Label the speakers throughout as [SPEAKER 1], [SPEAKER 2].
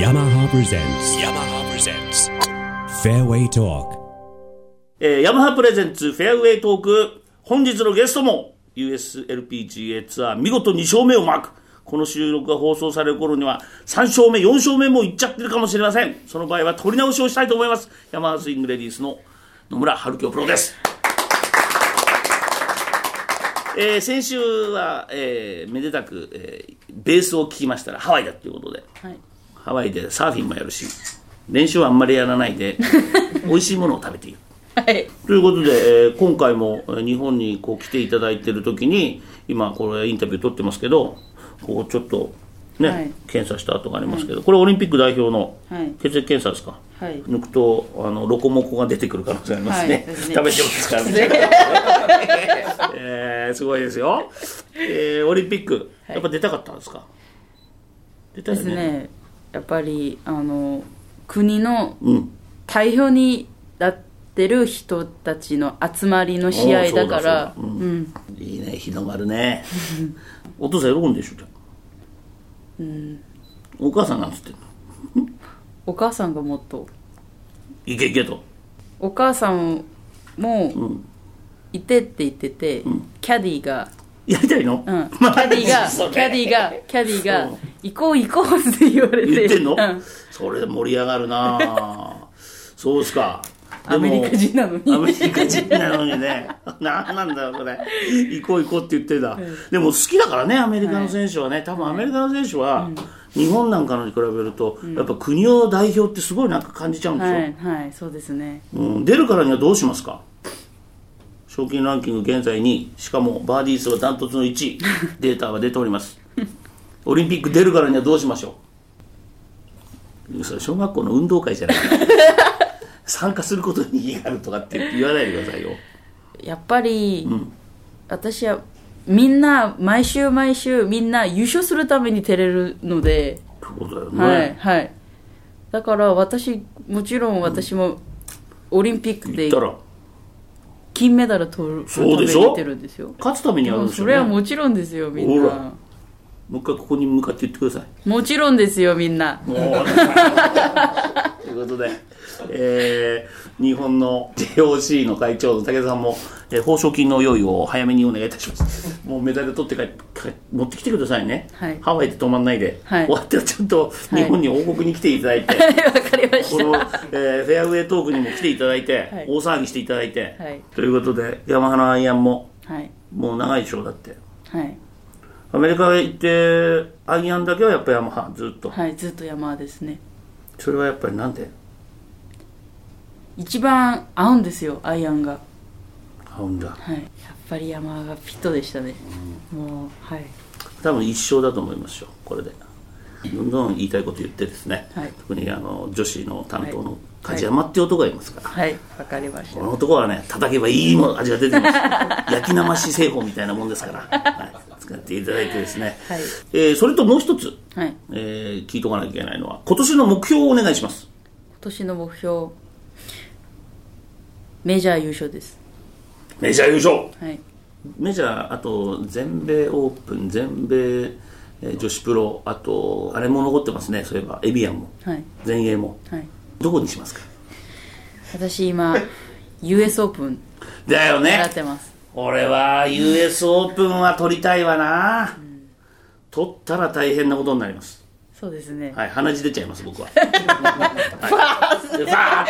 [SPEAKER 1] yamaha presents yamaha presents fairway talk
[SPEAKER 2] えーヤマハプレゼンツフェアウェイトーク本日のゲストも USLPGA ツアー見事2勝目をマークこの収録が放送される頃には3勝目4勝目もいっちゃってるかもしれませんその場合は取り直しをしたいと思いますヤマハスイングレディースの野村春樹プロですえー先週は、えーめでたく、えーベースを聞きましたらハワイだということで
[SPEAKER 3] はい、
[SPEAKER 2] ハワイでサーフィンもやるし練習はあんまりやらないで美味しいものを食べている
[SPEAKER 3] はい、
[SPEAKER 2] ということで、えー今回もえー日本にこう来ていただいてる時に今これインタビュー撮ってますけどここちょっとね、
[SPEAKER 3] はい
[SPEAKER 2] 検査した跡がありますけど、これオリンピック代表の
[SPEAKER 3] はい
[SPEAKER 2] 血液検査ですか、
[SPEAKER 3] はい
[SPEAKER 2] 抜くとあのロコモコが出てくる可能性ありますね、
[SPEAKER 3] は い
[SPEAKER 2] 食べてますからね えーすごいですよ、えーオリンピックやっぱ出たかったんですか、出た
[SPEAKER 3] で
[SPEAKER 2] よ
[SPEAKER 3] す
[SPEAKER 2] ね
[SPEAKER 3] ね、やっぱりあの国の
[SPEAKER 2] うん
[SPEAKER 3] 代表になってる人たちの集まりの試合だから、
[SPEAKER 2] おーそうだそううだうん
[SPEAKER 3] ん、
[SPEAKER 2] いいね日の丸ね お父さん喜んでるでしょじゃうんお母さんなんつってんの
[SPEAKER 3] お母さんがもっと、
[SPEAKER 2] いけいけと
[SPEAKER 3] お母さんもいてって言ってて、キャディーが、
[SPEAKER 2] やりたい の、
[SPEAKER 3] うん、キャディーが、
[SPEAKER 2] それ
[SPEAKER 3] キャディ ーが、キャディー
[SPEAKER 2] うん
[SPEAKER 3] が、行こう行こうって言われて、
[SPEAKER 2] 言ってんの、
[SPEAKER 3] うん
[SPEAKER 2] それ盛り上がるな あそうですかで
[SPEAKER 3] ア
[SPEAKER 2] も
[SPEAKER 3] メリカ人なのに
[SPEAKER 2] アメリカ人なのに ねなんなんだよこれ行こう行こうって言ってた、でも好きだからねアメリカの選手はね、多分アメリカの選手は、日本なんかのに比べると、やっぱ国を代表ってすごいなんか感じちゃうんでしょ、
[SPEAKER 3] はい、はい、そうですね。
[SPEAKER 2] うん、出るからにはどうしますか賞金ランキング現在2位しかもバーディー数はダントツの1位 データは出ておりますオリンピック出るからにはどうしましょうそれ小学校の運動会じゃ ない参加することに意義があるとかって言わないでくださいよ
[SPEAKER 3] やっぱり、私はみんな毎週毎週みんな優勝するために照れるので、
[SPEAKER 2] そうだよね、
[SPEAKER 3] はいはいだから私もちろん私もオリンピック
[SPEAKER 2] 言
[SPEAKER 3] で
[SPEAKER 2] ったら
[SPEAKER 3] 金メダル取るた
[SPEAKER 2] そう
[SPEAKER 3] め
[SPEAKER 2] で
[SPEAKER 3] に
[SPEAKER 2] しょ
[SPEAKER 3] 出てるんですよ
[SPEAKER 2] 勝つためにあるんです
[SPEAKER 3] そ
[SPEAKER 2] よ、
[SPEAKER 3] れ
[SPEAKER 2] ね、
[SPEAKER 3] は
[SPEAKER 2] もう
[SPEAKER 3] もちろんですよみん
[SPEAKER 2] ほら
[SPEAKER 3] な
[SPEAKER 2] 一回ここに向かって言ってください
[SPEAKER 3] もちろんですよみんな
[SPEAKER 2] もうということで、えー日本の JOC の会長の武田さんも、えー報奨金の用意を早めにお願いいたし ます。もうメダル取って帰って帰って持ってきてくださいね。
[SPEAKER 3] はい
[SPEAKER 2] ハワイで止まんないで、
[SPEAKER 3] はい
[SPEAKER 2] 終わったらちゃんと日本に王国に来ていただいて、
[SPEAKER 3] はいわかりまし
[SPEAKER 2] この、え
[SPEAKER 3] た
[SPEAKER 2] ーフェアウェイトークにも来ていただいて、
[SPEAKER 3] はい
[SPEAKER 2] 大騒ぎしていただいて、
[SPEAKER 3] はい
[SPEAKER 2] ということで、ヤマハのアイアンも、
[SPEAKER 3] はい
[SPEAKER 2] もう長いでしょう、だって。
[SPEAKER 3] はい
[SPEAKER 2] アメリカへ行って、アイアンだけはやっぱヤマハ、ずっと。
[SPEAKER 3] はいずっと山ですね
[SPEAKER 2] それはやっぱりなんで
[SPEAKER 3] 一番合うんですよアイアンが
[SPEAKER 2] 合うんだ。
[SPEAKER 3] はいやっぱり山がフィットでしたね、もうはい
[SPEAKER 2] 多分一生だと思いますよこれでどんどん言いたいこと言ってですね、
[SPEAKER 3] はい
[SPEAKER 2] 特にあの女子の担当の梶山っていう男がいますから、
[SPEAKER 3] はい、わかりました
[SPEAKER 2] こ。の男はね叩けばいいも味が出てます 焼き生し製法みたいなもんですから、はい、使っていただいてですね、
[SPEAKER 3] はい
[SPEAKER 2] えーそれともう一つ、
[SPEAKER 3] はい、
[SPEAKER 2] えー聞いとかなきゃいけないのは今年の目標をお願いします
[SPEAKER 3] 今年の目標、メジャー優勝です。
[SPEAKER 2] メジャー優勝
[SPEAKER 3] はい、
[SPEAKER 2] メジャーあと全米オープン全米えー女子プロあとあれも残ってますねそういえばエビアンも
[SPEAKER 3] はい、
[SPEAKER 2] 全英も
[SPEAKER 3] はい。
[SPEAKER 2] どこにしますか
[SPEAKER 3] 私今、US オープン
[SPEAKER 2] だよ
[SPEAKER 3] 狙
[SPEAKER 2] ね
[SPEAKER 3] ってます。
[SPEAKER 2] 俺は US オープンは取りたいわな、取ったら大変なことになります
[SPEAKER 3] そうですね。
[SPEAKER 2] はい鼻血出ちゃいます僕ははいでファーっ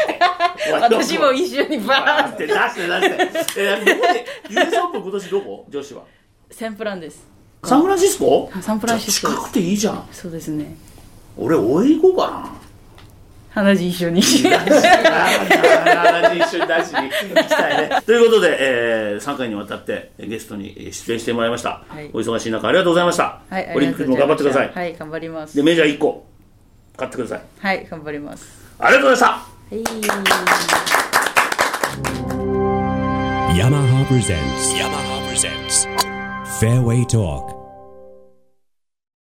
[SPEAKER 2] て
[SPEAKER 3] 私も一緒に
[SPEAKER 2] ファ
[SPEAKER 3] バ
[SPEAKER 2] ー
[SPEAKER 3] ーン
[SPEAKER 2] って出して出して、えーどこで US オープン今年どこ女子は
[SPEAKER 3] サンプランです。
[SPEAKER 2] サンフランシスコ
[SPEAKER 3] あサンフランシスコ
[SPEAKER 2] じゃあ近くていいじゃん
[SPEAKER 3] そうですね。
[SPEAKER 2] 俺応援行こうかな
[SPEAKER 3] 鼻血一緒に。
[SPEAKER 2] 話一緒に出しに行きたい ね。ということで、え3回にわたってゲストに出演してもらいました。
[SPEAKER 3] はい
[SPEAKER 2] お忙しい中ありがとうございました。
[SPEAKER 3] はい、あ
[SPEAKER 2] オリ
[SPEAKER 3] り
[SPEAKER 2] ン
[SPEAKER 3] が
[SPEAKER 2] ピックも
[SPEAKER 3] とうござ
[SPEAKER 2] 頑
[SPEAKER 3] い
[SPEAKER 2] 張っ
[SPEAKER 3] ます
[SPEAKER 2] てください。
[SPEAKER 3] はい、頑張ります
[SPEAKER 2] で、。メジャー1個買ってください。
[SPEAKER 3] はい、頑張ります。
[SPEAKER 2] ありがとうございました。
[SPEAKER 3] はい。
[SPEAKER 1] yamaha presents yamaha presents fairway talk